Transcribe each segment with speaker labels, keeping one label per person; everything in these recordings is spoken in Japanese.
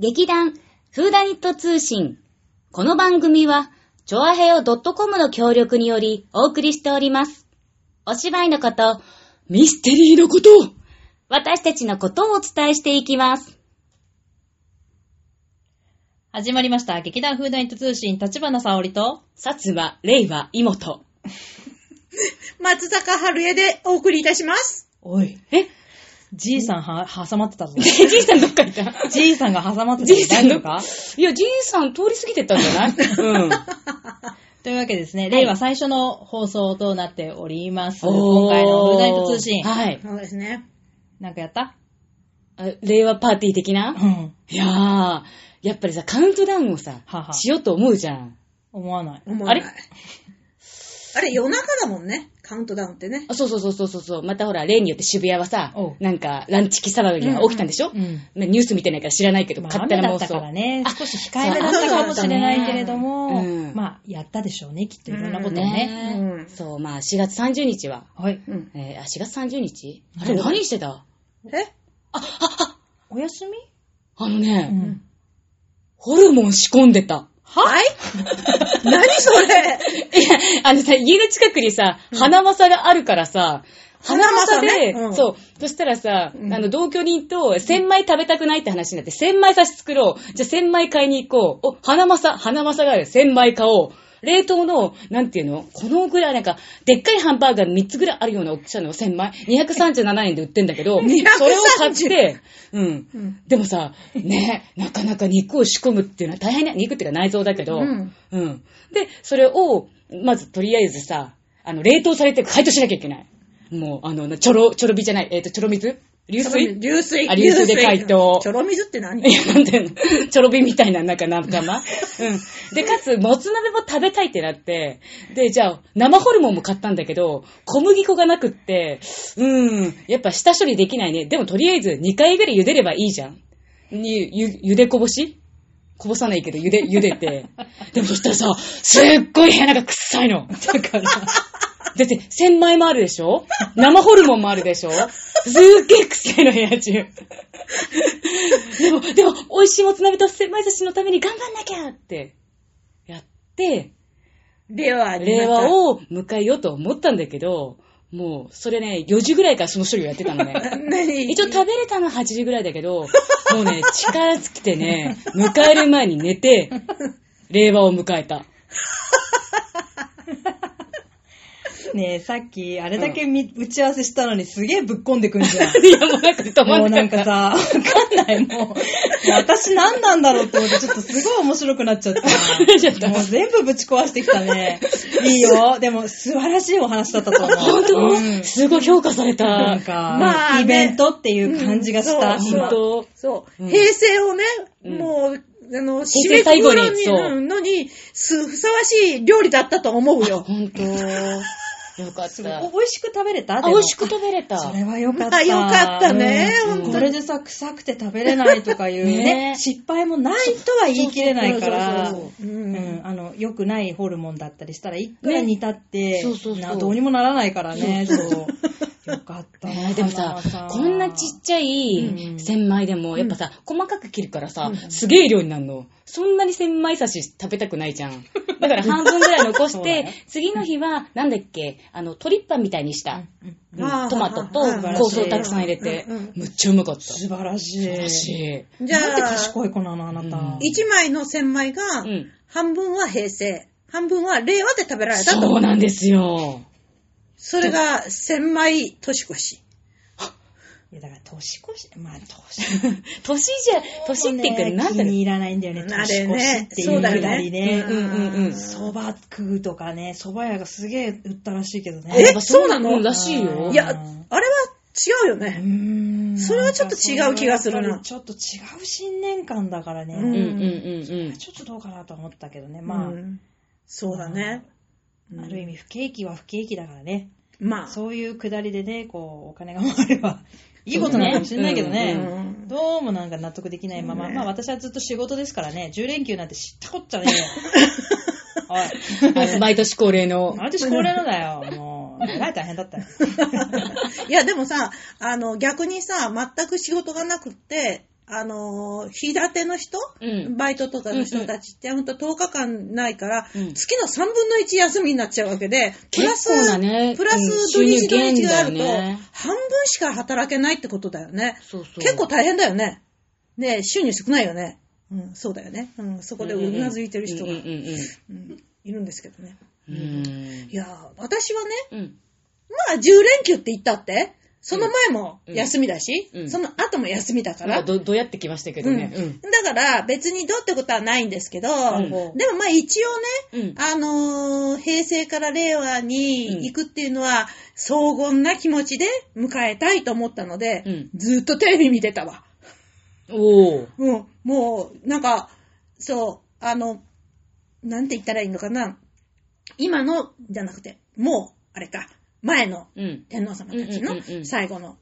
Speaker 1: 劇団、フーダニット通信。この番組は、チョアヘオ .com の協力によりお送りしております。お芝居のこと、ミステリーのこと、私たちのことをお伝えしていきます。
Speaker 2: 始まりました。劇団フーダイント通信、立花沙織と、
Speaker 1: 薩摩、令和、妹。
Speaker 3: 松坂春江でお送りいたします。
Speaker 2: おい、
Speaker 1: え
Speaker 2: じいさんは、挟まってたぞ。
Speaker 1: じいさんどっか行った
Speaker 2: じいさんが挟まって たぞ。
Speaker 1: じいさん
Speaker 2: 大丈夫か
Speaker 1: いや、じいさん通り過ぎてったんじゃないうん。
Speaker 2: というわけでですね、令和最初の放送となっております。
Speaker 1: おー
Speaker 2: 今回のフーダイント通信。
Speaker 1: はい。
Speaker 3: そうですね。
Speaker 2: なんかやった
Speaker 1: あ令和パーティー的な
Speaker 2: うん。
Speaker 1: いやー、やっぱりさ、カウントダウンをさ、
Speaker 2: はは
Speaker 1: しようと思うじゃん。
Speaker 2: 思わない。
Speaker 3: 思わない。
Speaker 1: あ
Speaker 3: あれ夜中だもんね。カウントダウンってね。
Speaker 1: あそうそうそうそうそうそう。またほら、例によって渋谷はさ
Speaker 2: おう、
Speaker 1: なんか、ランチキ騒ぎが起きたんでしょ、
Speaker 2: うん。
Speaker 1: なニュース見てないから知らないけど、
Speaker 2: まあ、
Speaker 1: 勝手
Speaker 2: 雨
Speaker 1: な
Speaker 2: だ
Speaker 1: 妄
Speaker 2: った
Speaker 1: 想。
Speaker 2: からね、少し控えめだったかもしれないけれど
Speaker 1: う
Speaker 2: も、
Speaker 1: ん
Speaker 2: まあ、やったでしょうね、きっといろんなことをね。
Speaker 1: ね、
Speaker 3: うん
Speaker 1: そう、まあ、4月30日は。
Speaker 2: はい。
Speaker 3: うん。
Speaker 1: えーあ、4月30日あれ、何してた
Speaker 3: え
Speaker 2: お休み
Speaker 1: あのね、
Speaker 2: うん。
Speaker 1: ホルモン仕込んでた。
Speaker 3: はい何それ
Speaker 1: いや、あのさ、家の近くにさ、花正があるからさ、花
Speaker 3: 花
Speaker 1: 正
Speaker 3: 正
Speaker 1: で、
Speaker 3: ねうん
Speaker 1: そう。そしたらさ、
Speaker 3: うん
Speaker 1: あの、同居人と、千枚食べたくないって話になって、千枚差し作ろう。じゃあ、千枚買いに行こう。お、花正、花正がある。千枚買おう。冷凍の、なんていうのこのぐらい、なんか、でっかいハンバーガー3つぐらいあるような大きさの千枚。237円で売ってんだけど、それを買って、うん。
Speaker 3: うん
Speaker 1: でもさ、ね、なかなか肉を仕込むっていうのは大変な、肉っていうか内臓だけど、
Speaker 3: うん
Speaker 1: うん。で、それを、まずとりあえずさ、あの、冷凍されて解凍しなきゃいけない。もう、あの、ちょろ、ちょろびじゃない、えっ、と、ちょろ水流水
Speaker 3: 流水。
Speaker 1: あ流水で解凍
Speaker 3: ちょろ水って何
Speaker 1: いや、なんていうの、ちょろびみたいな、なんか仲間。うん。で、かつ、もつ鍋も食べたいってなって、で、じゃあ、生ホルモンも買ったんだけど、小麦粉がなくって、うん、やっぱ下処理できないね。でも、とりあえず2回ぐらい茹でればいいじゃん。に、ゆ、ゆでこぼしこぼさないけど、茹で、茹でて。でもそしたらさ、すっごい部屋なんか臭いの。だから。だって、千枚もあるでしょ生ホルモンもあるでしょすっげえ臭いの、部屋中。でも、でも、美味しいもつ鍋と千枚寿司のために頑張んなきゃって、やって、
Speaker 3: 令和にな
Speaker 1: 令
Speaker 3: っ
Speaker 1: 和を迎えようと思ったんだけど、もう、それね、4時ぐらいからその処理をやってたのね。
Speaker 3: た。何
Speaker 1: 一応食べれたのは8時ぐらいだけど、もうね、力尽きてね、迎える前に寝て、令和を迎えた。
Speaker 2: ねえ、さっき、あれだけみ、打ち合わせしたのにすげえぶっこんでくんじ ゃん。
Speaker 1: いや、もうなんか止ま
Speaker 2: もうんな
Speaker 1: なんか
Speaker 2: か
Speaker 1: った。
Speaker 2: さ、わかんない、もう。もう私何なんだろうって思って、ちょっとすごい面白くなっちゃった
Speaker 1: れちゃ った
Speaker 2: な。もう全部ぶち壊してきたね。いいよ。でも、素晴らしいお話だったと思う。
Speaker 1: 本当、
Speaker 2: うん
Speaker 1: すごい評価され
Speaker 2: な
Speaker 1: た
Speaker 2: ん。か、
Speaker 3: まあね
Speaker 2: イベントっていう感じがした。
Speaker 3: うんそう
Speaker 1: 本
Speaker 2: 今
Speaker 1: 当
Speaker 3: そう、
Speaker 1: うん
Speaker 3: 平成をね、
Speaker 1: うん
Speaker 3: もう、あの、締
Speaker 1: 成
Speaker 3: め
Speaker 1: 最
Speaker 3: く
Speaker 1: 後
Speaker 3: く
Speaker 1: に
Speaker 3: のに
Speaker 1: そう
Speaker 3: うんのに、すふさわしい料理だったと思うよ。
Speaker 1: 本当よかっ
Speaker 2: す
Speaker 1: た。
Speaker 2: ごい
Speaker 1: あ
Speaker 2: お美味しく食べれたでも
Speaker 1: 美味しく食べれた。
Speaker 2: それはよかっ
Speaker 3: あ、
Speaker 2: た。
Speaker 3: よかったね、
Speaker 2: うん
Speaker 1: うん
Speaker 3: 本
Speaker 2: こ
Speaker 3: 当
Speaker 2: れ
Speaker 3: に。
Speaker 2: でさ、臭くて食べれないとかいう
Speaker 1: ね
Speaker 2: ね、失敗もないとは言い切れないから
Speaker 3: そうそうそ
Speaker 2: う
Speaker 3: う、そううん
Speaker 2: んあの、良くないホルモンだったりしたら、いくら
Speaker 1: ね
Speaker 2: 煮たって
Speaker 1: そうそうそう
Speaker 2: などうにもならないからね、
Speaker 1: そうそ
Speaker 2: そうよかったな
Speaker 1: ねえでもさ
Speaker 2: 花輪、
Speaker 1: こんなちっちゃい
Speaker 2: うん
Speaker 1: 千枚でも、やっぱさ、細かく切るからさ、すげえ量になるの。そんなに千枚刺し食べたくないじゃん。だから半分ぐらい残し
Speaker 2: そうだ
Speaker 1: て
Speaker 2: ね、
Speaker 1: 次の日は、なんだっけ、あの、トリッパみたいにした、
Speaker 2: うん
Speaker 1: うん
Speaker 3: あー
Speaker 1: トマトと
Speaker 3: はいはい
Speaker 2: はい
Speaker 1: 香草をたくさん入れて
Speaker 3: うんうん、
Speaker 1: むっちゃうまかった。素
Speaker 2: 素晴らしい。
Speaker 1: 晴らし
Speaker 3: じゃ
Speaker 2: なんて
Speaker 3: あ、
Speaker 2: 賢い子なの、あなた。
Speaker 1: うん
Speaker 3: 一枚の千枚が、
Speaker 1: い。うん。
Speaker 3: 半分は平成、半分は令和で食べられたと。
Speaker 1: そうなんですよ。
Speaker 3: それが千枚年越し。
Speaker 2: いやだから、年越し、まあ、年
Speaker 1: 年じゃ、年っていうか、なんだろ
Speaker 2: 気
Speaker 1: う
Speaker 2: に。入らないんだよね、
Speaker 3: あ
Speaker 2: 年
Speaker 3: れ
Speaker 2: 越しっ
Speaker 3: ね、
Speaker 2: てい
Speaker 3: そううだ
Speaker 2: く
Speaker 3: よ
Speaker 2: だり
Speaker 3: ね
Speaker 2: ね。。
Speaker 1: うんうんうん
Speaker 2: そば食うとかね、蕎麦屋がすげえ売ったらしいけどね。
Speaker 3: えそうなの
Speaker 1: んらしいよ。
Speaker 3: いや、あれは違うよ
Speaker 2: う
Speaker 3: ね。
Speaker 2: ーん
Speaker 3: それはちょっと違う気がす
Speaker 2: かそれ
Speaker 3: るなん
Speaker 2: はやっぱりちょっと違う新年感だからね。
Speaker 1: うん
Speaker 3: う
Speaker 1: うんうんうん。
Speaker 2: ちょっとどうかなと思ったけどね。まあ、
Speaker 3: うんそうだね。
Speaker 2: ある意味不景気は不景気だからね。
Speaker 3: まあ、
Speaker 2: そういうくだりでね、こう、お金が回れ ば、いいことなのかもしれないけどね。
Speaker 1: そうね
Speaker 3: うん
Speaker 2: どうもなんか納得できないまま、
Speaker 3: ね
Speaker 2: まあ私はずっと仕事ですからね、10連休なんて知ったこっちゃ ねえよ。おい、
Speaker 1: あの毎年恒例の。
Speaker 2: 私これのだよ、もう。えらい大変だったよ。
Speaker 3: いや、でもさ、あの、逆にさ、全く仕事がなくって、あのー、日立ての人、
Speaker 1: うん
Speaker 3: バイトとかの人たちって、ほんと10日間ないから、
Speaker 1: うん
Speaker 3: 月の3分の1休みになっちゃうわけで、プラス、
Speaker 1: 結構なね
Speaker 3: プラ
Speaker 1: うん
Speaker 3: ス
Speaker 1: 収
Speaker 3: 土
Speaker 1: 入
Speaker 3: 日土日があると、
Speaker 1: 減だよね
Speaker 3: 半分しか働けないってことだよね。
Speaker 1: そうそう。
Speaker 3: 結構大変だよね。で、収入少ないよね。うん、そうだよね。うん、そこでうなずいてる人が、
Speaker 1: うんうんうん
Speaker 3: うんいるんですけどね。
Speaker 1: うんうん。
Speaker 3: いやー私はね、
Speaker 1: うん。
Speaker 3: まあ10連休って言ったって、その前も休みだし、
Speaker 1: うんうん
Speaker 3: その後も休みだか
Speaker 1: な
Speaker 3: ら、
Speaker 1: んかど、どうやってきましたけどね。
Speaker 3: うんだから別にどうってことはないんですけど、
Speaker 1: ん
Speaker 3: でもまあ一応
Speaker 1: うん。うん
Speaker 3: ね、あのー平成から令和に行くっていうのは、荘厳な気持ちで迎えたいと思ったので、
Speaker 1: うん
Speaker 3: ずっとテレビ見てたわ。
Speaker 1: おー。
Speaker 3: うん、もう、なんか、そう、あの、なんて言ったらいいのかな。今の、じゃなくて、もう、あれか、前の
Speaker 1: うん。
Speaker 3: 天皇様たち
Speaker 1: うんうんうんう
Speaker 3: の
Speaker 1: ん
Speaker 3: 最後の、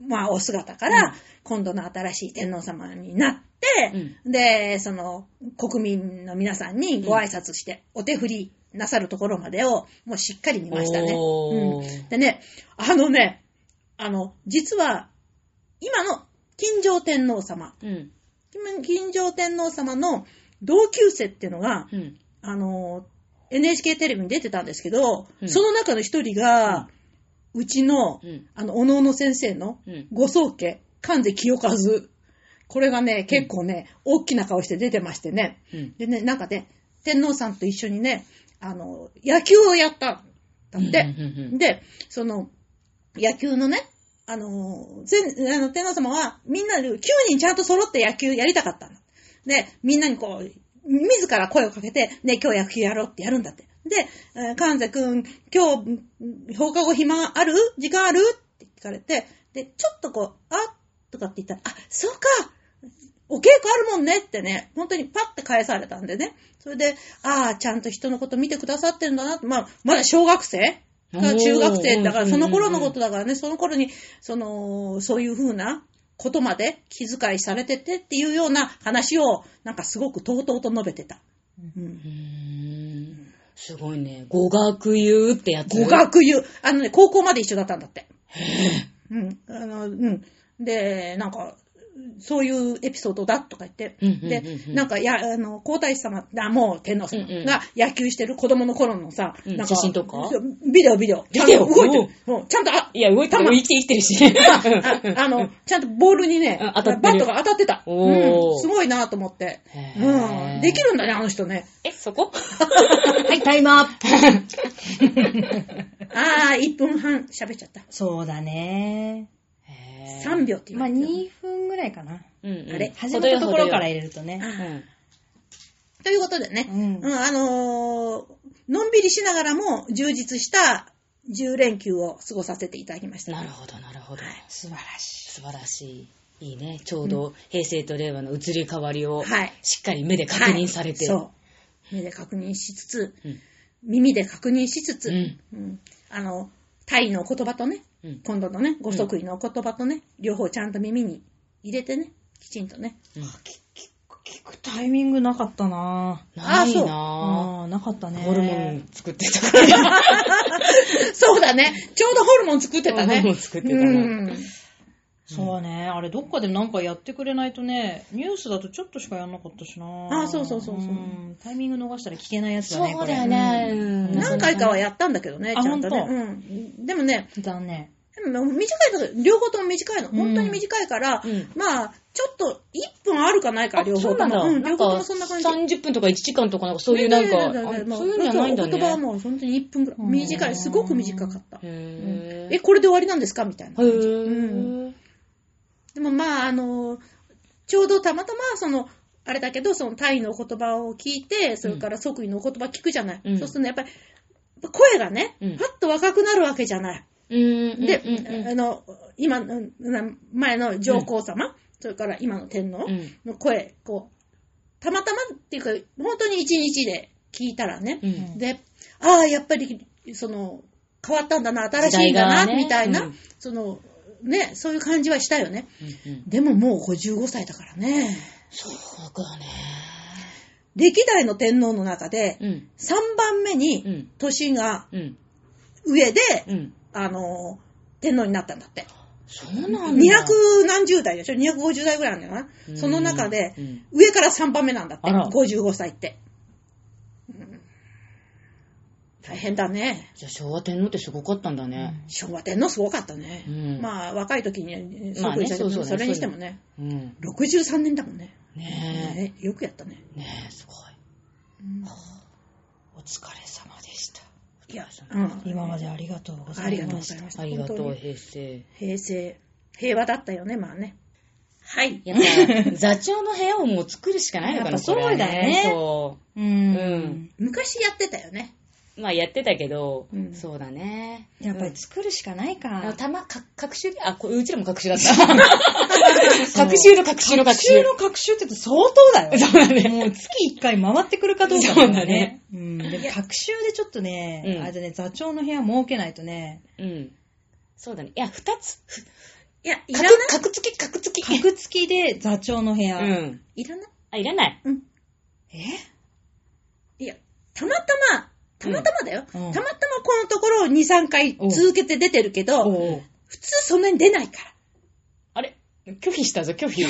Speaker 3: まあ、お姿か
Speaker 1: うん
Speaker 3: ら、今度の新しい天皇様になって、で、その、国民の皆さんにご挨拶して、お手振りなさるところまでを、もうしっかり見ましたね。
Speaker 1: おー
Speaker 3: うんでね、あのね、あの、実は、今の金城天皇様、
Speaker 1: うん。
Speaker 3: 金金城天皇様の同級生っていうのが、
Speaker 1: うん。
Speaker 3: あの、NHK テレビに出てたんですけど、
Speaker 1: うん
Speaker 3: その中の一人が、うちの、
Speaker 1: うん。
Speaker 3: あの、おのおの先生の
Speaker 1: うん、
Speaker 3: ご宗家、関西清和。これがね、結構ね、大きな顔して出てましてね。
Speaker 1: うん。
Speaker 3: でね、なんかね、天皇さんと一緒にね、あの、野球をやったんだっ
Speaker 1: うん
Speaker 3: て。
Speaker 1: うんうんうん
Speaker 3: で、その、野球のね、あの、全、あの、天皇様は、みんなで9人ちゃんと揃って野球やりたかったの。で、みんなにこう、自ら声をかけて、ね、今日野球やろうってやるんだって。で、えー関西くん、今日、うん放課後暇ある時間あるって聞かれて、で、ちょっとこう、あとかって言ったら、あ、そうかお稽古あるもんねってね、本当にパッて返されたんでね。それで、ああ、ちゃんと人のこと見てくださってるんだなって、まあ、まだ小学生
Speaker 1: おー
Speaker 3: 中学生だか
Speaker 1: う
Speaker 3: ら、
Speaker 1: んうん
Speaker 3: そ
Speaker 1: うん
Speaker 3: の頃のことだからね、その頃に、その、そういう風なことまで気遣いされててっていうような話を、なんかすごくとうとうと述べてた。うん
Speaker 1: うーんすごいね。語学言うってやつ。
Speaker 3: 語学友。あのね、高校まで一緒だったんだって。うん。あの、うん。で、なんか、そういうエピソードだとか言って、
Speaker 1: うんうんうんうん
Speaker 3: で、なんか、や、あの、皇太子様、あ、もう天皇様
Speaker 1: うんうん
Speaker 3: が野球してる子供の頃のさ、
Speaker 1: うん
Speaker 3: なん
Speaker 1: 写真とか
Speaker 3: ビデオ、ビデオ。
Speaker 1: ビデオ
Speaker 3: ちゃんと動いてる。うんちゃんと、あ、
Speaker 1: いや、動いたも生きて 生きて
Speaker 3: あ
Speaker 1: るし。
Speaker 3: ああの、ちゃんとボールにね
Speaker 1: うん、
Speaker 3: バ
Speaker 1: 当たってる
Speaker 3: ットが当たってた。
Speaker 1: おー
Speaker 3: うんすごいなと思って。
Speaker 1: へー
Speaker 3: うん。できるんだね、あの人ね。
Speaker 1: え、そこ
Speaker 2: はい、タイムアップ。
Speaker 3: あー、1分半喋っちゃった。
Speaker 2: そうだね。
Speaker 1: へー
Speaker 3: 3秒って言
Speaker 2: ま
Speaker 3: わ
Speaker 2: あ、
Speaker 3: れてる
Speaker 2: 2分ぐらいかな。
Speaker 1: うんうん
Speaker 3: あれ
Speaker 2: 始めたところから
Speaker 1: う
Speaker 2: 入れるとね。
Speaker 1: ん。
Speaker 3: ということでね、
Speaker 2: うん
Speaker 3: うんあのーのんびりしながらも充実した10連休を過ごさせていただきました。
Speaker 1: なるほど、なるほど。
Speaker 2: 素晴らし
Speaker 1: 素晴らしい。いいね。ちょうど平成と令和の移り変わりを
Speaker 3: はい
Speaker 1: しっかり目で確認されて。
Speaker 3: はいそう。目で確認しつつ、
Speaker 1: うん
Speaker 3: 耳で確認しつつ、
Speaker 1: うん
Speaker 3: うんあの、タイの言葉とね、
Speaker 1: うん
Speaker 3: 今度のね、ご即位の言葉とね、両方ちゃんと耳に入れてね、きちんとね。
Speaker 1: うん
Speaker 2: い。聞くタイミングなかったな
Speaker 1: な
Speaker 3: あ
Speaker 1: い
Speaker 3: そう
Speaker 1: な
Speaker 2: ああ、なかったね。
Speaker 1: ぁ。ホルモン作ってたから。
Speaker 3: そうだね。ちょうどホルモン作ってたね。
Speaker 1: ホルモン作ってたな
Speaker 3: うん
Speaker 2: そうね。あれ、どっかでなんかやってくれないとね、ニュースだとちょっとしかやんなかったしな
Speaker 3: あそうそうそうそうん
Speaker 2: タイミング逃したら聞けないやつだね。
Speaker 1: そうだよね。うん
Speaker 2: な
Speaker 3: 何回かはやったんだけどね、
Speaker 2: あ
Speaker 3: ちゃんとね。
Speaker 2: ほんと
Speaker 3: うんでもね、
Speaker 2: これ。残念。
Speaker 3: でも短いとこ両方とも短いの。
Speaker 2: うん
Speaker 3: 本当に短いから、
Speaker 1: うん
Speaker 3: まあ、ちょっと1分あるかないか、
Speaker 1: あ
Speaker 3: 両方
Speaker 1: そ
Speaker 3: と
Speaker 1: う
Speaker 3: も。
Speaker 1: なんだ。な
Speaker 3: 両
Speaker 1: ん
Speaker 3: 方と
Speaker 1: か
Speaker 3: もそんな感じ。
Speaker 1: 30分とか1時間とかなんかそういうなんか、
Speaker 3: ねねねねね
Speaker 1: あそういうんじゃないんだ
Speaker 3: お言葉は
Speaker 1: ね。
Speaker 3: もう本当に1分ぐらい。
Speaker 2: うん
Speaker 3: 短い、すごく短かった。
Speaker 1: へぇ
Speaker 3: え、これで終わりなんですかみたいな
Speaker 1: へ
Speaker 3: 感じ。うん
Speaker 1: ぇ
Speaker 3: でもまあ、あの、ちょうどたまたま、その、あれだけど、そのタイの言葉を聞いて、それから即位の言葉聞くじゃない。
Speaker 1: うん
Speaker 3: そうするとね、やっぱり、声がね、
Speaker 1: うん
Speaker 3: パッと若くなるわけじゃない。
Speaker 1: うん。
Speaker 3: で、
Speaker 1: うんうん
Speaker 3: あの、今の、な前の上皇様、それから今の天皇
Speaker 1: うん
Speaker 3: の声、こう、たまたまっていうか、本当に一日で聞いたらね、
Speaker 1: うん
Speaker 3: で、ああ、やっぱり、その、変わったんだな、新しいんだな、
Speaker 1: 時代がね
Speaker 3: みたいな、
Speaker 1: うん
Speaker 3: その、ね、そういう感じはしたよね。
Speaker 1: うんうん
Speaker 3: でももう55歳だからね、
Speaker 1: そうだね。
Speaker 3: 歴代の天皇の中で、
Speaker 1: うん。
Speaker 3: 3番目
Speaker 1: う
Speaker 3: に、
Speaker 1: ん。
Speaker 3: 年が
Speaker 1: うん。
Speaker 3: 上で、
Speaker 1: うん。
Speaker 3: あの、天皇になったんだって。
Speaker 1: そうなんだ。
Speaker 3: 200何十代でしょ ?250 代ぐらいなんだよな。
Speaker 1: うん
Speaker 3: その中で
Speaker 1: う、ん
Speaker 3: 上から3番目なんだって。
Speaker 1: あら
Speaker 3: 55歳って。うん大変だね。
Speaker 1: じゃあ昭和天皇ってすごかったんだね。
Speaker 3: 昭和天皇すごかったね。
Speaker 1: うん
Speaker 3: まあ、若い時にすご
Speaker 1: まあ
Speaker 3: く
Speaker 1: ね
Speaker 3: いたけど、
Speaker 1: そうそう
Speaker 3: それにしてもね、
Speaker 1: うん。
Speaker 3: 63年だもんね。
Speaker 1: ね
Speaker 3: ねよくやったね。
Speaker 1: え。ねえ、すごい。お疲れ様でした。
Speaker 3: いや、うん
Speaker 2: 今までありがとうござ
Speaker 3: あり
Speaker 2: い
Speaker 3: がとう
Speaker 2: ま
Speaker 3: ご
Speaker 2: し
Speaker 3: ざい
Speaker 2: た。
Speaker 3: ました。
Speaker 1: ありがと
Speaker 3: 本当
Speaker 1: う、
Speaker 3: に
Speaker 1: 平成。
Speaker 3: 平成。平和だったよね、まあね。はい。
Speaker 1: やっぱ、座長の部屋をもう作るしかないのか
Speaker 2: や
Speaker 1: な、
Speaker 2: っぱそうだよね
Speaker 1: これはそ
Speaker 2: うん
Speaker 1: うん
Speaker 3: 昔やってたよね。
Speaker 1: う。まあやってたけど、
Speaker 3: うん
Speaker 1: そうだね。
Speaker 2: やっぱり作るしかない
Speaker 1: あの、
Speaker 2: か。
Speaker 1: たま、か、各種あ、こうちらも各種だった。各種の各種の各種。
Speaker 2: の学習って言うと相当だよ。
Speaker 1: そうだね
Speaker 2: もう月1回回ってくるかどうか
Speaker 1: そうだね。
Speaker 2: うん。でも学習でちょっとね、
Speaker 1: うん
Speaker 2: あれだね、座長の部屋設けないとね、
Speaker 1: うん。そうだね。いや、二つ。ふ
Speaker 3: いや、いら
Speaker 1: 角
Speaker 3: ない。、
Speaker 1: 角付き、角付き。
Speaker 2: 格付きで座長の部
Speaker 1: う
Speaker 2: 屋。
Speaker 1: ん。
Speaker 3: いらない。
Speaker 1: あ、いらない。
Speaker 3: うん。
Speaker 2: え
Speaker 3: いや、たまたま、たまたまだよ。
Speaker 2: うん
Speaker 3: たまたまこのところを2、3回続けて出てるけど、
Speaker 2: おう
Speaker 3: 普通そんなに出ないから。
Speaker 1: あれ拒否したぞ、拒否。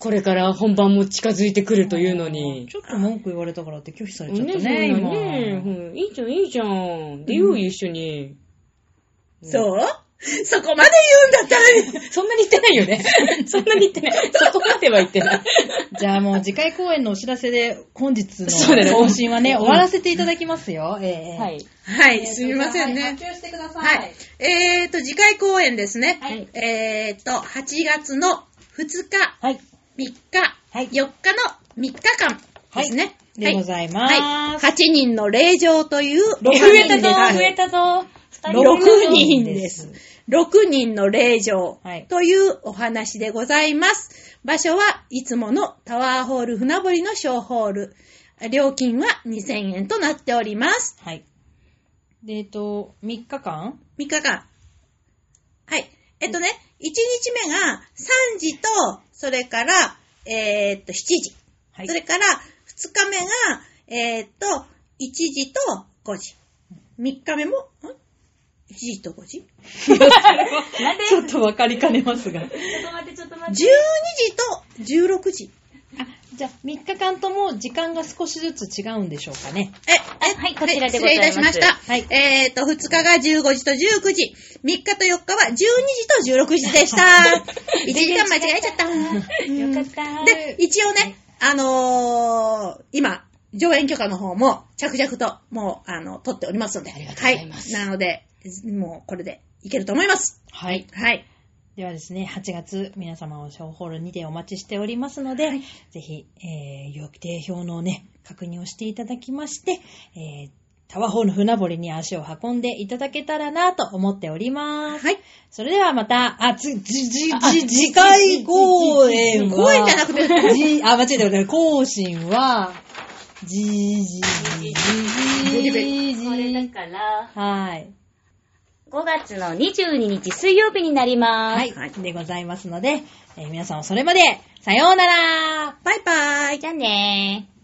Speaker 1: これから本番も近づいてくるというのに。
Speaker 2: ちょっと文句言われたからって拒否され
Speaker 1: ね
Speaker 2: ちゃったね、
Speaker 1: そん
Speaker 2: 今。
Speaker 1: なねうんいいじゃん、いいじゃん。出ようよ、一緒に。
Speaker 3: そうそこまで言うんだったら、
Speaker 1: そんなに言ってないよね。 そんなに言ってない。そこまでは言ってない。
Speaker 2: じゃあもう次回公演のお知らせで本日
Speaker 1: そうだね
Speaker 2: の更新はね、
Speaker 1: うん
Speaker 2: 終わらせていただきますよ。ええ
Speaker 1: はい。
Speaker 3: はい、すみません
Speaker 2: はい
Speaker 3: ね
Speaker 2: 発。表してください。
Speaker 3: はい。えーと、次回公演ですね。
Speaker 1: はい
Speaker 3: えーと、8月の2日、
Speaker 1: はい。
Speaker 3: 3日、
Speaker 2: はい
Speaker 3: 4日の3日間ですね。
Speaker 2: でございます。
Speaker 3: はい。8人の霊場という、
Speaker 2: 六人
Speaker 1: 増えた
Speaker 2: です
Speaker 1: ぞ、
Speaker 2: はい
Speaker 1: 増えたぞ。二人
Speaker 3: 六
Speaker 1: 増えたぞ
Speaker 2: 人
Speaker 3: 人です。6人の霊場
Speaker 2: はい
Speaker 3: というお話でございます。場所はいつものタワーホール船堀の小ホール。料金は2000円となっております。
Speaker 2: はい。で、えっと、3日間
Speaker 3: 3日間。はい。えっとね、1日目が3時と、それから、えーっと、7時。
Speaker 2: はい
Speaker 3: それから、2日目が、えーっと、1時と5時。3日目も、ん ?1 時と5時
Speaker 1: なんで
Speaker 2: ちょっとわかりかねますが。
Speaker 1: ちょっと待って、ちょっと
Speaker 3: ?12
Speaker 1: 待って。
Speaker 3: 時と16時。
Speaker 2: じゃあ、3日間とも時間が少しずつ違うんでしょうかね。
Speaker 3: え、え、
Speaker 1: はいこちらでございます
Speaker 3: 失礼いたしました。
Speaker 2: はい
Speaker 3: えーっと、2日が15時と19時、3日と4日は12時と16時でした。1時 間間違えちゃった。
Speaker 1: よかった。
Speaker 3: で、一応ね、あのー今、上演許可の方も着々ともう、あの、取っておりますので。
Speaker 1: ありがとうございます
Speaker 3: はい。なので、もうこれでいけると思います。
Speaker 2: はい。
Speaker 3: はい。
Speaker 2: ではですね、8月、皆様を小ホールにてお待ちしておりますので、ぜひ、えー、予定表のね、確認をしていただきまして、えー、タワホール船堀に足を運んでいただけたらなと思っております。
Speaker 3: はい。
Speaker 2: それではまた、あ、つ、じ、じ、
Speaker 1: あ
Speaker 2: じ、次回公演は、
Speaker 3: 公演じゃなくて
Speaker 2: じ、あ、間違えた、間違えた、更新は、じ、じ、じ、じ、じ、
Speaker 1: これだ
Speaker 2: じ、
Speaker 1: から、
Speaker 2: はい。
Speaker 1: 5月の22日水曜日になります。
Speaker 2: はい。でございますので、えー皆さんはそれまで、さようなら
Speaker 3: バイバーイ。
Speaker 1: じゃあねー。